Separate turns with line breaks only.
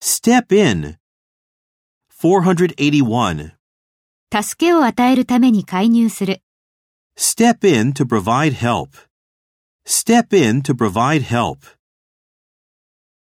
Step in. 481.
助けを与えるために介入する。
Step in to provide help. Step in to provide help.